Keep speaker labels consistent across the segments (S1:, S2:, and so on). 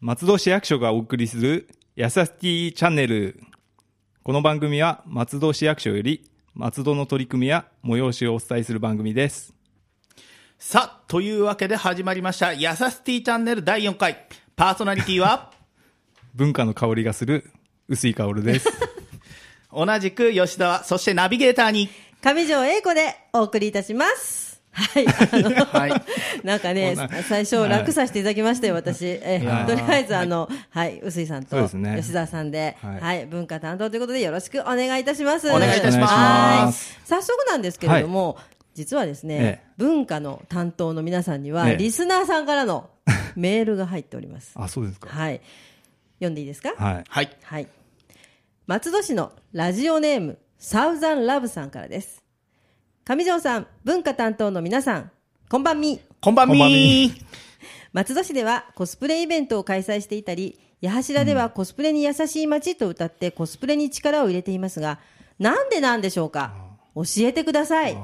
S1: 松戸市役所がお送りするやさしきチャンネル。この番組は松戸市役所より松戸の取り組みや催しをお伝えする番組です。
S2: さあ、というわけで始まりました、やさスティチャンネル第4回。パーソナリティは、
S1: 文化の香りがする薄い香るです。
S2: 同じく吉田、そしてナビゲーターに。
S3: 上条英子でお送りいたします。はい。あの、
S2: はい。
S3: なんかね
S1: こんな、
S3: 最初楽させていただきましたよ、私。え
S1: やー
S3: とりあえず、あの、はい、臼井さんと
S1: そうですね
S3: 吉田さんで、
S1: はい
S3: はい、文化担当ということでよろしくお願いいたします。
S2: お願いいたします
S3: はい早速なんですけれども、実はですね
S1: ええ、
S3: 文化の担当の皆さんには、
S1: ええ
S3: リスナーさんからのメールが入っております。
S1: あ、そうですか。
S3: はい。読んでいいですか
S1: はい。
S2: はい。
S3: はい。松戸市のラジオネーム、サウザンラブさんからです。上条さん、文化担当の皆さん、こんばんみ。
S2: こんばん
S1: こんばん
S2: み
S1: み
S3: 松戸市ではコスプレイベントを開催していたり、八柱ではコスプレに優しい街と歌ってコスプレに力を入れていますが、なんでなんでしょうか教えてください。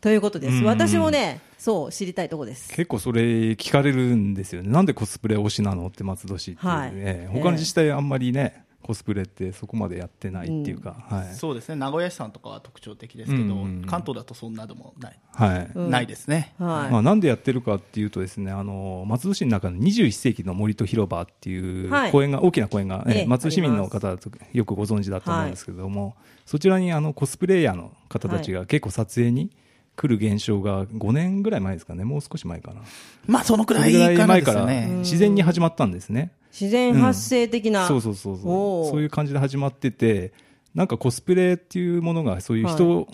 S3: ということです。私もね、そう知りたいとこです。
S1: 結構それ聞かれるんですよね。なんでコスプレ推しなのって松戸市って、
S3: はい
S1: ね
S3: ええ
S1: 他の自治体あんまりね、コスプレってそこまでやってないっていうか、はい。
S2: そうですね、名古屋市さんとかは特徴的ですけど、
S1: うんうん
S2: 関東だとそんなでもない。
S1: はい。
S2: ないですね。
S3: はい。
S1: まあ、なんでやってるかっていうとですねあの松戸市の中の21世紀の森と広場っていう
S3: はい
S1: 公園が、大きな公園が、ええ
S3: ええ
S1: 松戸市民
S3: あ
S1: の
S3: ります
S1: 方だとよくご存知だと思うんですけれども、そちらにあのコスプレイヤーの方たちが結構撮影に来る現象が5年ぐらい前ですかねもう少し前かな
S2: まあ、そのく
S1: そ
S2: ら
S1: れ
S2: い
S1: ぐらい
S2: かな
S1: 前
S2: で
S1: か
S2: すよ
S1: ら
S2: ね。
S1: 自然に始まったんですね、
S3: 自然発生的な。
S1: そうそうそうそ
S3: お
S1: う
S3: ー
S1: そういう感じで始まっててなんかコスプレっていうものがそういう人を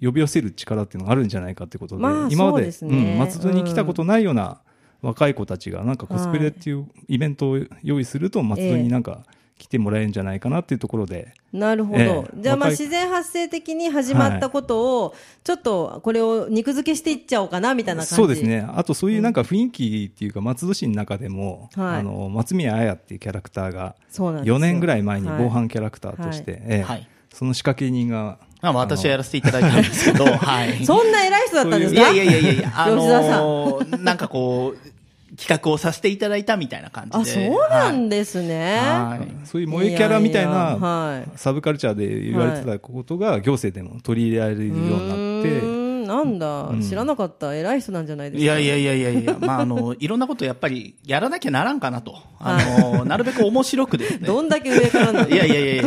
S1: 呼び寄せる力っていうのがあるんじゃないかってことで、
S3: まあ
S1: 今ま
S3: そう
S1: で
S3: ですね
S1: うん、松戸に来たことないような若い子たちがなんかコスプレっていうイベントを用意すると松戸になんか来てもらえるんじゃないかなっていうところで、
S3: なるほど、
S1: ええ
S3: じゃあまあ
S1: 若い
S3: 自然発生的に始まったことを、ちょっとこれを肉付けしていっちゃおうかなみたいな感じ
S1: そうですねあとそういうなんか雰囲気っていうか松戸市の中でも、
S3: はい
S1: あの松宮綾っていうキャラクターが
S3: そうなんですよ
S1: 4年ぐらい前に防犯キャラクターとして、ええ
S2: はい
S1: その仕掛け人が
S2: まあ、私はやらせていただいたんで すけど、はい。
S3: そんな偉い人だったんです
S2: い
S3: か
S2: やいやいやいやいや、あ
S3: 吉田さん
S2: のーなんかこう、企画をさせていただいたみたいな感
S3: あ
S2: じで。
S3: そうなんですね、
S2: はいはい
S1: そういう萌えキャラみたい
S3: や
S1: な
S3: やはい
S1: サブカルチャーで言われてたことが行政でも取り入れられるよう
S3: う
S1: になって
S3: ーんなんだ、知らなかった偉い人なんじゃないですか
S2: いやいやいやいや いや、まあ、あの、いろんなことやっぱりやらなきゃならんかなと。あの、なるべく面白くですね。
S3: どんだけ上からなんだ
S2: いやいやいやい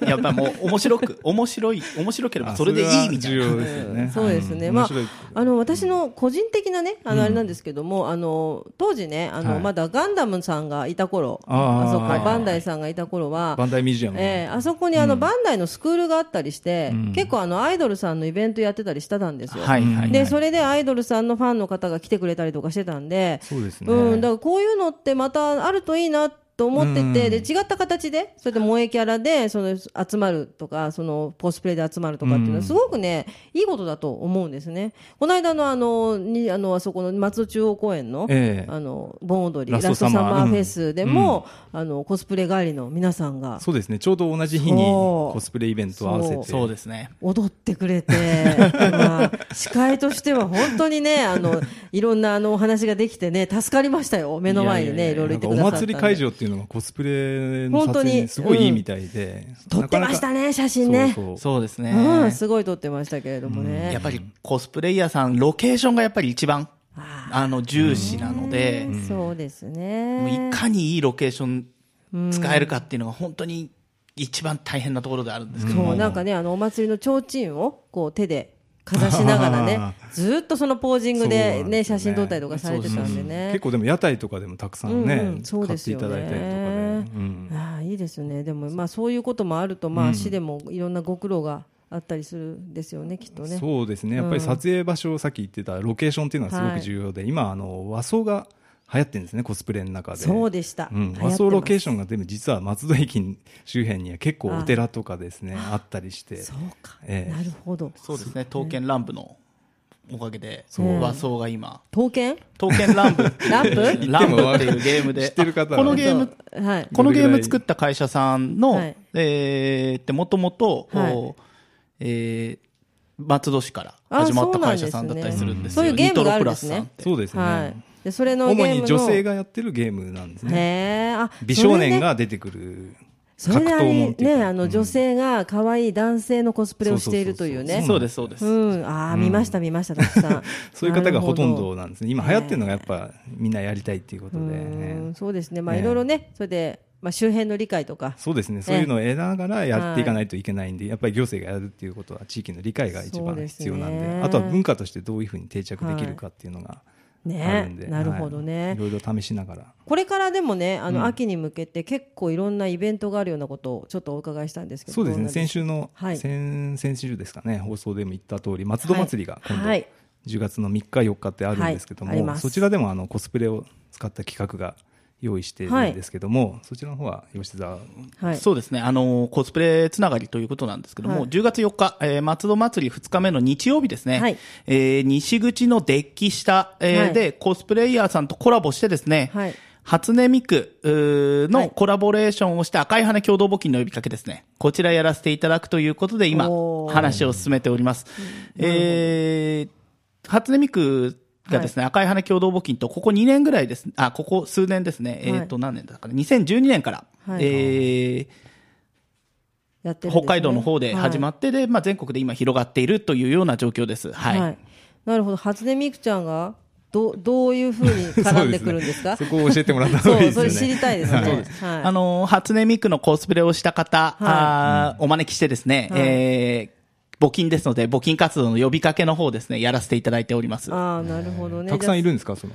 S2: や、やっぱもう面白く、面白い、面白ければ
S1: あ
S2: それでいいみたい
S1: それは重
S2: な。
S1: 要ですよ
S3: うん
S1: ね
S3: そうですね、
S1: うん
S3: ま
S1: 面
S3: あ
S1: 白い、
S3: あの私の個人的なね、あのあれなんですけども、あの当時ね、あの、
S1: はい
S3: まだガンダムさんがいた頃、
S1: あー
S3: あそこ、
S1: はいはい
S3: バンダイさんがいた頃は。
S1: バンダイミュージアムが
S3: ええあそこにあの、バンダイのスクールがあったりして、結構あのアイドルさんのイベントやってたりしたんですよ。
S2: はいはいはい。
S3: でそれでアイドルさんのファンの方が来てくれたりとかしてたんで、
S1: そうですね
S3: うん、だからこういうのってまたあるといいなと思ってて、
S1: うん
S3: で違った形でそうやって萌えキャラでその集まるとかそのコスプレで集まるとかっていうのはすごくね、いいことだと思うんですね。この間のあのにあのあそこの松戸中央公園の、
S1: ええ
S3: あの盆踊り
S1: ラ
S3: ラ
S1: スト
S3: スト
S1: サ
S3: サ
S1: マー
S3: マーフェスでも、あのコスプレ帰りの皆さんが
S1: そうですねちょうど同じ日に
S3: そう
S1: コスプレイベントを合わせて
S2: そうですね。
S3: 踊ってくれて、 まあ、司会としては本当にね、あの、いろんなあのお話ができてね、助かりましたよ。目の前にね、いろいろ
S1: な
S3: 言っ
S1: ん
S3: て
S1: か
S3: く
S1: お
S3: ださったんで
S1: 祭り会場っていうのがコスプレの撮影にすごいいいみたいで
S3: 撮ってましたね、写真ね。
S1: そうそう、
S2: そうですね。
S3: うん、すごい撮ってましたけれどもね。
S2: やっぱりコスプレイヤーさん、ロケーションがやっぱり一番、
S3: あ
S2: あの、重視なので、
S3: ーそうです
S2: もうい
S3: ね。
S2: かにいいロケーション使えるかっていうのが本当に一番大変なところであるんですけど
S3: そ
S2: も。
S3: う、なんかね、あの、お祭りの提灯を、こう、手で、かざしながらねずーっとそのポージング
S1: そうなんです
S3: で
S1: よ
S3: ね、
S1: ね
S3: 写真撮ったりとかされてたんでね。
S1: 結構でも屋台とかでもたくさんね、
S3: うんうんそう
S1: 買
S3: で
S1: って
S3: す
S1: い
S3: よ
S1: た
S3: ね
S1: だいたりとかで、うん
S3: ああいいですよね、でも、まあ、そういうこともあると、まあ、市でもいろんなご苦労があったりするんですよね、きっとね。
S1: そうですねやっぱり撮影場所、さっき言ってたロケーションっていうのはすごく重要で、今あの和装が流行ってるんですねコスプレの中で
S3: そうでした
S1: うん、
S3: 流行ってま
S1: 和
S3: す
S1: 装ロケーションがでも実は松戸駅周辺には結構お寺とかですねあったりして
S3: そうか、
S1: ええ
S3: なるほど。
S2: そうですね、刀剣乱舞のおかげで、和装が今、
S3: 刀剣
S2: 刀剣乱舞っていう
S3: ランプ
S2: 乱舞っていうゲーム
S1: 知
S2: で、
S1: ってる方は
S2: このゲーム、
S3: そうはい。
S2: このゲーム作った会社さんの、
S3: はい
S2: えーってもともと、
S3: はい
S2: こうえー松戸市から
S3: あ
S2: 始まっ
S3: そ
S2: た
S3: うなん
S2: 会
S3: です
S2: 社
S3: ね
S2: さんだったりするんです
S3: そうい
S2: よ。
S3: うゲームがあ
S2: ニトロプラ
S3: るんで
S2: ス
S3: す
S2: さんっ
S3: ね
S2: て。
S1: そうですね、
S3: はい。でそれのゲーム
S1: 主
S3: の
S1: に女性がやってるゲームなんです
S3: へ
S1: ね
S3: えあ
S1: 美少年が出てくる
S3: それ
S1: 格
S3: であ
S1: 闘も
S3: れ
S1: んっていう
S3: ね
S1: か
S3: あの女性が可愛い男性のコスプレをしているというね。
S2: そうです、そうです。
S3: うん、ああ、見ました、見ました、たくさん。
S1: そういう方がほとん
S3: なる
S1: どなんですね今流行ってるのがやっぱみんなやりたいっていうことで、
S3: ほど。う
S1: ね
S3: ーんそうですね、まあ、
S1: ね
S3: いろいろね、それで、まあ、周辺の理解とか。
S1: そうですね、そういうのを得ながらやっていかないといけないんで、やっぱり行政がやるっていうことは、地域の理解が一
S3: そう
S1: 番
S3: ですね
S1: 必要なんで、あとは文化としてどういうふうに定着できるかっていうのがある
S3: ね
S1: んで、、
S3: なるほど
S1: はい
S3: ね
S1: い。ろいろ試しながら、
S3: これからでもね、あの秋に向けて、結構いろんなイベントがあるようなことを、ちょっとお伺いしたんですけど。
S1: そうです
S3: ど
S1: ね、
S3: なんしょう
S1: 先週の、
S3: はい
S1: 先先週ですかね、放送でも言った通り、松戸祭りが今度、
S3: はい
S1: 10月の3日、4日ってあるんですけども、
S3: はいあります
S1: そちらでもあのコスプレを使った企画が用意してるんですけども、そちらの方は吉沢、
S3: はい。
S2: そうですね、あのコスプレつながりということなんですけども、
S3: はい
S2: 10月4日、えー松戸祭り2日目の日曜日ですね、
S3: はい
S2: えー西口のデッキ下、えー
S3: はい
S2: でコスプレイヤーさんとコラボしてですね、
S3: はい
S2: 初音ミクうー
S3: は
S2: の
S3: い
S2: コラボレーションをした赤い羽共同募金の呼びかけですね、こちらやらせていただくということで、今
S3: お、ー
S2: 話を進めております。えー初音ミクがですね、赤い羽共同募金と、ここ2年ぐらいです、あ、ここ数年ですね、えっ、と、何年だったかな、2012年から、
S3: はい
S2: えー
S3: やってるんですね
S2: 北海道の方で始まって、で、まあ、全国で今広がっているというような状況です。
S3: は。
S2: はいい。
S3: はいなるほど、初音ミクちゃんが、どう、どういうふうに絡んでくるんです か。
S1: そうねそこを教えてもらった方
S3: そ
S1: がいいで
S3: う、
S1: す
S3: そ
S1: よ
S3: れ
S1: ね。
S3: 知りたい ですね。はい
S2: あのー初音ミクのコスプレをした方、
S3: い
S2: あーお招きしてですね、
S3: はい
S2: えー募金ですので、募金活動の呼びかけの方ですね、やらせていただいております。
S3: ああ、なるほどね。
S1: たくさんい
S3: る。
S1: るんですか、その。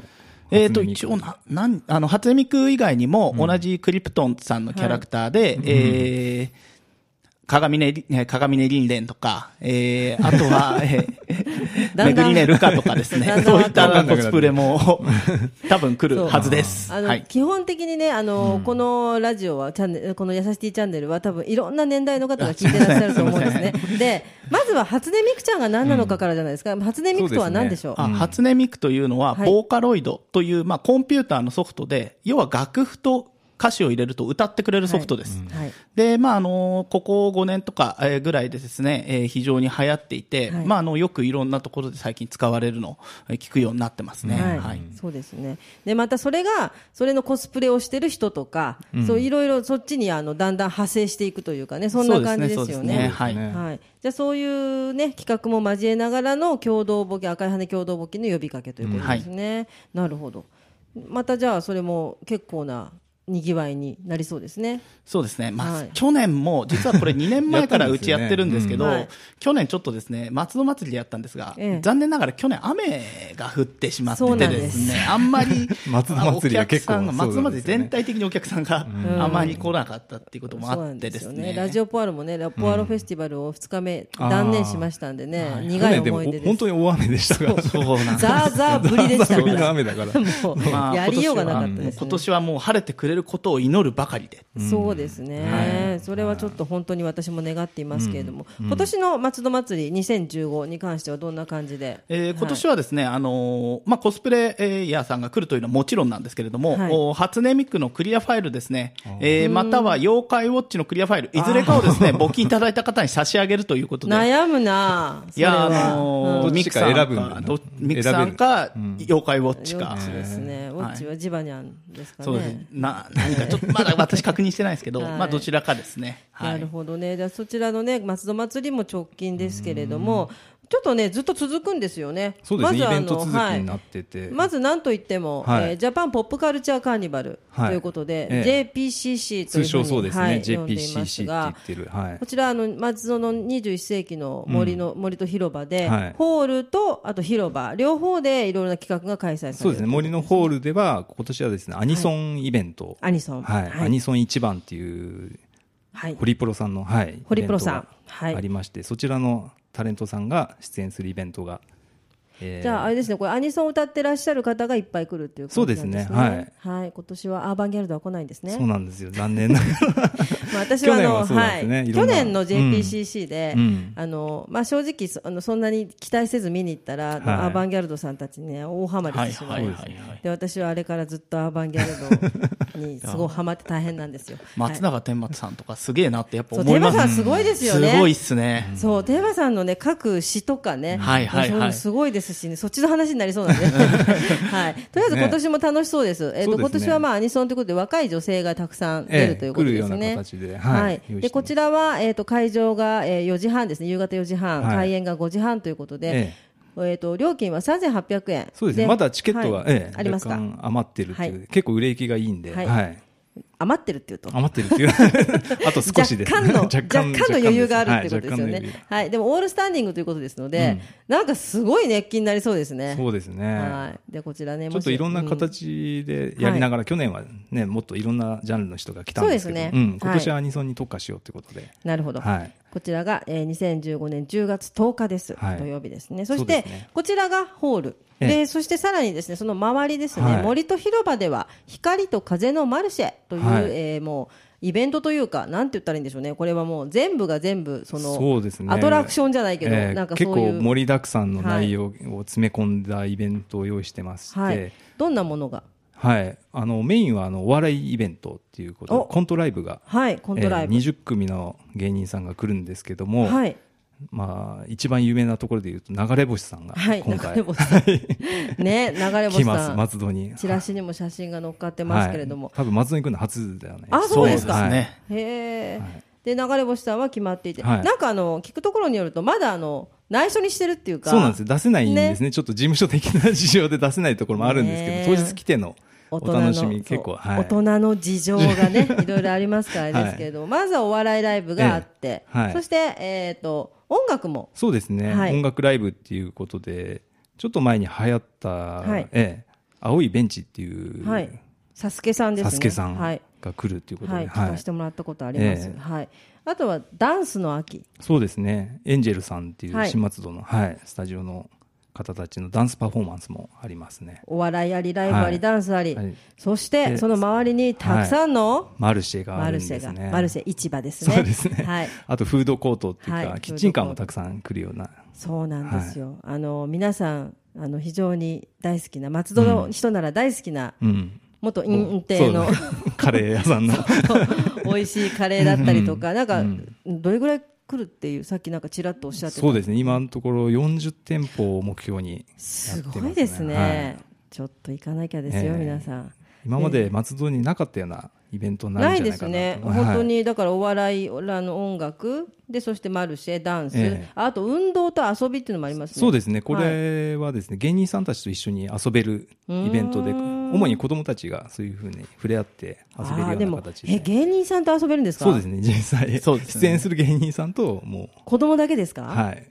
S2: えっ、と、
S1: 初音ミク
S2: 一応な、なん、あの、初音ミク以外にも、同じクリプトンさんのキャラクターで、えー、鏡音り、え鏡音凛々とか、えー、あと は、えー、
S3: だ
S2: め
S3: ん
S2: ぐ
S3: だん
S2: りねるかとかですね
S3: だんだ、ん
S2: そういった
S1: わかんなくな
S2: コ
S1: って
S2: スプレも、 多分来るはずです。
S3: あの、
S2: はい。
S3: 基本的にね、あの、このラジオは、チャンネル、このやさしティチャンネルは、多分いろんな年代の方が聞いてらっしゃると思うんですね。 で、まずは初音ミクちゃんが何なのかからじゃないですか。初音ミクとは何でしょう。
S2: あ初音ミクというのは、
S3: はい
S2: ボーカロイドという、まあ、コンピューターのソフトで、要は楽譜と歌詞を入れると歌ってくれるソフトです。
S3: はい。
S2: で、まあ、あの、ここ5年とかえーぐらいでですね、えー非常に流行っていて、
S3: はい
S2: まあ、あの、よくいろんなところで最近使われるのをえー聞くようになってますね。
S3: はい、
S2: はい。
S3: そうですね。で、またそれが、それのコスプレをしてる人とか、そういろいろそっちにあの、だんだん派生していくというかね、そんな感じです
S2: そう
S3: よ
S2: です
S3: ね。
S2: ね。はい。
S1: ね
S3: はい。じゃあそういうね、企画も交えながらの共同募金、赤い羽共同募金の呼びかけということですね。なるほど。またじゃあそれも結構な賑わいになりそうですね。
S2: そうですね。まあ、
S3: はい
S2: 去年も、実はこれ2年前から
S1: やったんで
S2: う
S1: す
S2: ち
S1: よ
S2: や
S1: ね
S2: ってるんですけど、
S3: うんはい
S2: 去年ちょっとですね、松戸祭りでやったんですが、
S3: ええ
S2: 残念ながら去年雨が降ってしまって
S3: そう
S2: て
S3: なんで
S2: ですすね、あんまり、
S1: 松戸祭りは結構
S2: あお客さんが松
S1: そ
S2: 戸
S1: うなんで
S2: 祭り
S1: すよね
S2: 全体的にお客さんがあまり来なかったっていうことも
S3: そう
S2: あ
S3: な
S2: っ
S3: ん
S2: て
S3: で
S2: ですす
S3: よ
S2: ね。
S3: ね。ラジオポアロもね、ラポアロフェスティバルを2日目断念しましたんでね、
S1: 去
S3: 苦
S1: 年
S3: い
S1: でも
S3: 思い出で
S1: 本
S3: す。
S1: 当に大雨でしたから、
S2: そうなんです
S3: ザーザーぶりでした
S1: ザーザー降
S3: か
S1: りの
S3: ら。
S1: 雨だから。
S3: もう、
S2: まあ
S3: やりようがなかったです、ね。
S2: 今年はもう晴れてくれることを祈るばかりで。
S3: そうですね、それはちょっと本当に私も願っていますけれども、今年の松戸祭り2015に関してはどんな感じで、
S2: えー今年はですね、あのーまあ、コスプレイヤーさんが来るというのはもちろんなんですけれども、
S3: はい
S2: お初音ミクのクリアファイルですね、えーまたは妖怪ウォッチのクリアファイル、いずれかをですね、募金いただいた方に差し上げるということで。
S3: 悩むなあ、
S2: いや、
S3: そ
S2: あ
S3: れは
S2: のー
S1: うん
S2: ミク
S1: ど
S2: さん
S1: っちか選ぶんだ
S2: どミクさんか、妖怪ウォッチ
S3: ウォ
S2: か
S3: ッ。チですね、ウォッチはジバニャンですかね。
S2: そうですね。な、何か、ちょっとまだ私確認してないですけど、
S3: はい
S2: まあ、どちらかですね。は
S3: ないる。ほどね、じゃあそちらのね松戸祭りも直近ですけれども、ちょっとねずっと続くんですよね。
S1: そうですね、
S3: まずあ
S1: イ
S3: の
S1: ベント続き
S3: はい
S1: になってて、
S3: まずなんといっても、
S1: はい
S3: えージャパンポップカルチャーカーニバル
S1: はい
S3: ということで、
S1: え
S3: JPCC という
S1: 通
S3: ふう
S1: 称
S3: に
S1: そうですね、
S3: はい呼んでいま
S1: JPCC
S3: す
S1: っ
S3: が
S1: て言ってる、はい
S3: こ、ちらあの松戸の21世紀の森の、森と広場で、
S1: はい
S3: ホールとあと広場両方でいろいろな企画が開催される
S1: そうですね、森のホールでは、今年はですね、アニソンイベント、
S3: アニソン
S1: はい
S3: はい
S1: アニソン一番っていう、
S3: はい
S1: ホリプロさんの、はい、
S3: ホリプロさん
S1: イベントが
S3: はい
S1: ありまして、そちらのタレントさんが出演するイベントがえー
S3: じゃああれですねこれアニソンを歌ってらっしゃる方がいっぱい来るっていう感じなんですね
S1: そうですね
S3: はい、今年はアーバンギャルドは来ないんですね
S1: そうなんですよ残念ながら
S3: まあ、私はあ
S1: 去年
S3: の
S1: はそうなんですね
S3: はい
S1: いろ
S3: 去
S1: んな
S3: 年の JPCC で、
S1: うんうん
S3: あのまあ、正直そあのそんなに期待せず見に行ったら、あの
S1: はい
S3: アーバンギャルドさんたちね大ハマり
S2: は
S3: し
S2: い
S3: てしま
S2: はいい
S3: ま
S2: は
S3: した
S2: いはい。
S3: で私はあれからずっとアーバンギャル ドにすごいハマって大変なんですよ。
S2: 松
S3: は
S2: 永天松さんとかすげえなってやっぱ
S3: い、そう
S2: 思
S3: テ
S2: い
S3: ー
S2: ま
S3: マ
S2: す。
S3: さんすごいですよね。
S2: すごいっすね。
S3: そうテーマさんのね書く詩とかね、
S2: はいはいはい
S3: そううのすごいですしねそっちの話になりそ うなんで、はい。とりあえず今年も楽しそうです。えっ、と、
S1: そう
S3: 今
S1: ですね
S3: 年はまあアニソンということで若い女性がたくさん出るということですね。
S1: ええ来るような形ではい用意してます
S3: でこちらはえっ、と会場が、えー、4時半ですね夕方4時半、
S1: はい
S3: 開演が5時半ということで。
S1: ええ
S3: えっと料金は3800円
S1: そうですねまだチケットは、
S3: はい
S1: ええ
S3: ありますか
S1: 若干余ってるっていう、
S3: は
S1: 結構売れ行きがいいんで、
S3: は
S1: はいい
S3: 余ってるっていうと
S1: 余ってるっていう あと少しです
S3: 若干 の若干
S1: です
S3: の余裕があるってことですよ
S1: はい若干の余裕
S3: ね
S1: が。
S3: はい、でもオールスタンディングということですので、なんかすごい熱気になりそうですね。
S1: そうですね、
S3: はい、でこちらね、
S1: ちょっといろんな形でやりながら、去年はねもっといろんなジャンルの人が来たんですけど
S3: そうです
S1: う
S3: ね
S1: ん、今年はアニソンに特化しようということで、
S3: うんなるほど。
S1: はい
S3: こちらが、えー、2015年10月10日です、
S1: はい
S3: 土曜日ですね。そし
S1: そうで
S3: て、
S1: すね
S3: こちらがホール。
S1: ええ
S3: で、そしてさらにですね、その周りですね、
S1: はい
S3: 森と広場では、光と風のマルシェという、
S1: はい
S3: えーもう、イベントというか、なんて言ったらいいんでしょうね。これはもう全部が全部、その、
S1: そうですね
S3: アトラクションじゃないけど、
S1: ええ
S3: なんかそういう。
S1: 結構盛りだくさんの内容を詰め込んだイベントを用意してまして、
S3: は
S1: はい
S3: い、どんなものが、
S1: はいあのメインはあのお笑いイベントっていうこと
S3: お
S1: でコントライブが
S3: はい、コントライブ、
S1: えー20組の芸人さんが来るんですけども、
S3: はい、
S1: まあ、一番有名なところでいうと流れ星さんが
S3: はい、
S1: 今
S3: 流
S1: 回、
S3: れ星さん、ね、流れ
S1: 来
S3: 星
S1: ます
S3: さん、
S1: 松戸に。
S3: チラシにも写真が載っかってますけれども、
S1: はい、多分松戸に来るの初だよね
S3: あそうですか
S1: はい
S2: ね。
S3: へえ、
S1: はい
S3: で流れ星さんは決まっていて、
S1: はい
S3: なんかあの聞くところによると、まだあの内緒にしてるっていうか、
S1: そうなんですよ出せないんですねちょっと事務所的な事情で出せないところもあるんですけど、
S3: ねえ
S1: 当日来ての
S3: 大
S1: お
S3: 人の
S1: 楽しみ結構、
S3: そう
S1: はい、
S3: 大人の事情が ねいろいろありますからあれですけれども、まずはお笑いライブがあって、
S1: ええはい
S3: そして、えっと音楽も
S1: そうですね、
S3: はい
S1: 音楽ライブっていうことでちょっと前に流行った、
S3: い
S1: ええ青いベンチっていう、
S3: はい、サスケさんですね。
S1: サスケさん
S3: はい
S1: が来るっていうことで、
S3: はい、聞かせてもらったことあります。
S1: ええ
S3: はい。あとはダンスの秋。
S1: そうですねエンジェルさんってい
S3: は
S1: う
S3: い
S1: 新松戸の、はい、スタジオの方たちのダンスパフォーマンスもありますね
S3: お笑いあり、ライブあり、
S1: はい
S3: ダンスあり、
S1: はい
S3: そして
S1: で
S3: その周りにたくさんの
S1: マルシェがあ
S3: マ
S1: る
S3: ル
S1: ん
S3: シ
S1: で
S3: ェが、
S1: すね
S3: マルシェ市場ですね。
S1: そうですね、
S3: はい。
S1: あとフードコートっていうか、
S3: はい
S1: キッチンカーもたくさん来るような
S3: そうなんですよ。あの皆さんあの非常に大好きな松戸の人なら大好きな、
S1: うん
S3: 元インテの
S1: そう カレー屋さんの
S3: 美味しいカレーだったりとか、なんか、どれぐらい来るっていうさっきなんかちらっとおっしゃってた
S1: そうですね今のところ40店舗を目標に
S3: すごいですね
S1: はい
S3: ちょっと行かなきゃですよ、
S1: ええ
S3: 皆さん
S1: 今まで松戸になかったようなイベントにな
S3: な
S1: る
S3: い
S1: んじ
S3: で
S1: ゃない
S3: す
S1: かなと
S3: ね、
S1: はい
S3: 本当にだからお笑いらの音楽でそしてマルシェダンス、
S1: ええ
S3: あと運動と遊びっていうのもありますね
S1: そうですすねこれはですね、芸人さんたちと一緒に遊べるイベントで主に子どもたちがそういうふうに触れ合って遊べるような形で
S3: え芸人さんと遊べるんですか
S1: そうですね実際
S2: そうですね
S1: 出演する芸人さんとも
S3: 子供だけですか、
S1: うはい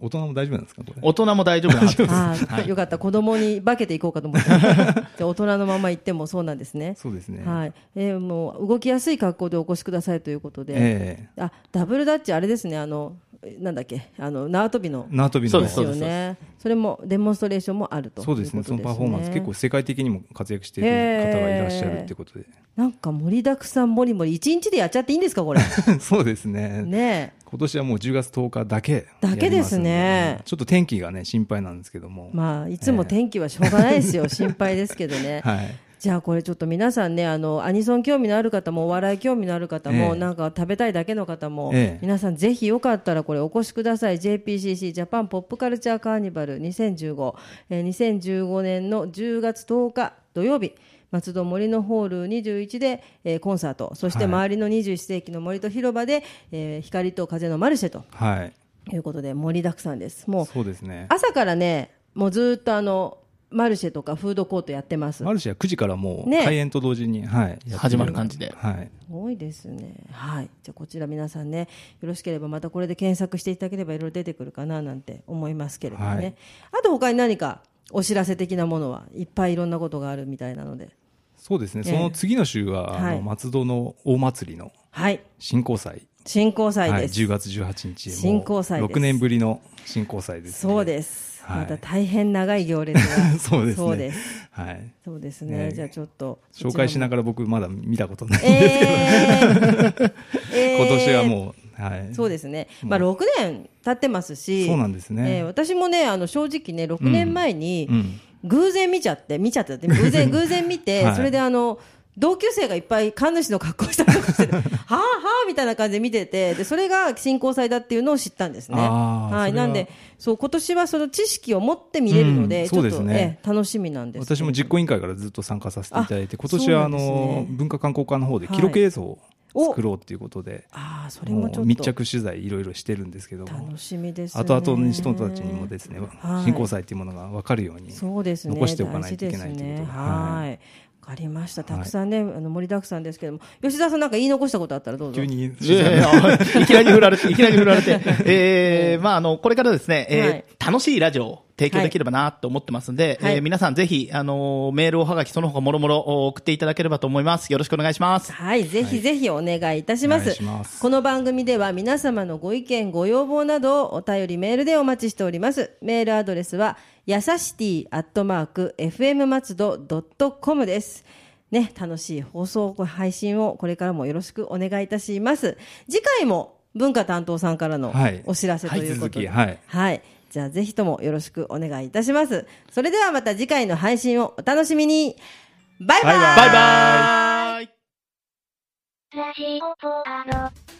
S1: 大人も大丈夫なんですかこれ
S2: 大人も大丈夫なはずです。
S3: ああ、よかった子供に化けていこうかと思って じゃあ大人のまま行ってもそうなんですね
S1: そうですね
S3: はいえーもう動きやすい格好でお越しくださいということで、
S1: え
S3: あダブルダッチあれですねあのなんだっけあの縄跳びの
S1: え縄跳びの
S2: そう
S3: ですよねそれもデモンストレーションもあると
S1: そうですね
S3: いうこ
S1: そ
S3: と
S1: のパフォーマンス結構世界的にも活躍している方がいらっしゃるってことで、
S3: なんか盛りだくさんもりもり一日でやっちゃっていいんです かこれ
S1: そうですね
S3: ね
S1: 今年はもう10月10日だけ
S3: だけですね
S1: やりますんでちょっと天気がね心配なんですけども、
S3: まあいつも天気はしょうがないですよ心配ですけどね、
S1: はい
S3: じゃあこれちょっと皆さんねあのアニソン興味のある方もお笑い興味のある方も、
S1: ええ
S3: なんか食べたいだけの方も、
S1: ええ
S3: 皆さんぜひよかったらこれお越しください JPCC ジャパンポップカルチャーカーニバル2015、えー2015年の10月10日土曜日松戸森のホール21で、えーコンサートそし
S1: はい
S3: て周りの21世紀の森と広場で、えー光と風のマルシェと
S1: はい
S3: いうことで盛りだくさんですもう
S1: そうですね
S3: 朝からねもうずっとあのマルシェとかフードコートやってます
S1: マルシェは9時からもう
S3: ね
S1: 開演と同時に、はいやってよ
S2: 始まる感じ で
S1: はい
S3: 多いですね。はい。じゃあこちら皆さんね、よろしければまたこれで検索していただければいろいろ出てくるかななんて思いますけれどもね。
S1: はい
S3: あと他に何かお知らせ的なものはいっぱいいろんなことがあるみたいなので。
S1: そうですね、
S3: ええ
S1: その次の週は、
S3: はい
S1: あの松戸の大祭りの
S3: はい。
S1: 振興祭、
S3: 新交祭
S1: はい、
S3: です。
S1: 10月18日もう
S3: 振興祭です
S1: 6年ぶりの振興祭ですね、
S3: そうです。
S1: はい
S3: また大変長い行列 が
S1: そうですね
S3: そうです
S1: はい。
S3: そうですね
S1: ね
S3: じゃあちょっと
S1: 紹介しな
S3: く
S1: がら僕まだ見たことないん
S3: え
S1: ですけど、
S3: ーえー
S1: 今年はもう、はい。
S3: そうですね、まあ、6年経ってますし、
S1: そうなんですね
S3: えー私もね、あの正直ね、6年前に
S1: うん
S3: 偶然見ちゃって、見ちゃってって、偶然偶然見て、
S1: はい
S3: それであの同級生がいっぱい神主の格好したりとかして て、はあはあみたいな感じで見てて、でそれが新興祭だっていうのを知ったんですね。
S1: あー
S3: はい、
S1: それは
S3: なんで、そう今年はその知識を持って見れるので、
S1: うん
S3: ちょ
S1: そう
S3: っ
S1: で
S3: と
S1: すね
S3: えー楽しみなんですけど。
S1: 私も実行委員会からずっと参加させていただいて、
S3: あ
S1: 今年はあ
S3: そうなん
S1: の
S3: ですね
S1: 文化観光課の方で
S3: はい
S1: 記録映像を作ろうということで、
S3: ああ、それ
S1: も
S3: もちょ
S1: う
S3: っ
S1: 密
S3: と
S1: 着取材いろいろしてるんですけども
S3: 楽、しみです、ね。
S1: 後々の人たちにもですね
S3: はい、
S1: 新興祭っていうものが分かるように、
S3: そうですね。
S1: 残しておかないといけない
S3: 大事
S1: と
S3: で
S1: いう
S3: す
S1: ことで
S3: ねはい。わかりました。たくさんね、あの盛りだくさんですけども、吉田さんなんか言い残したことあったらどうぞ。
S1: 急に
S2: いやいやいきなり振られて、いきなり振られて、えー、まあ、あの、これからですね、えー
S3: はい
S2: 楽しいラジオを提供できればなと思ってますんで、
S3: はい
S2: えー皆さんぜひ、あのメールおはがき、その他もろもろお送っていただければと思います。よろしくお願いします。
S3: はい、ぜひぜひお願いいたしま
S1: お
S3: す。
S1: 願いします
S3: この番組では皆様のご意見、ご要望などをお便りメールでお待ちしております。メールアドレスは、やさしティアットマーク、fm 松戸ドットコムです。ね、楽しい放送、ご配信をこれからもよろしくお願いいたします。次回も文化担当さんからの
S1: はい
S3: お知らせということで。
S1: はい続きはい
S3: はい。じゃあぜひともよろしくお願いいたします。それではまた次回の配信をお楽しみに。バイバイ
S1: バイバイ
S2: バイバーイ
S4: ラジオポアド。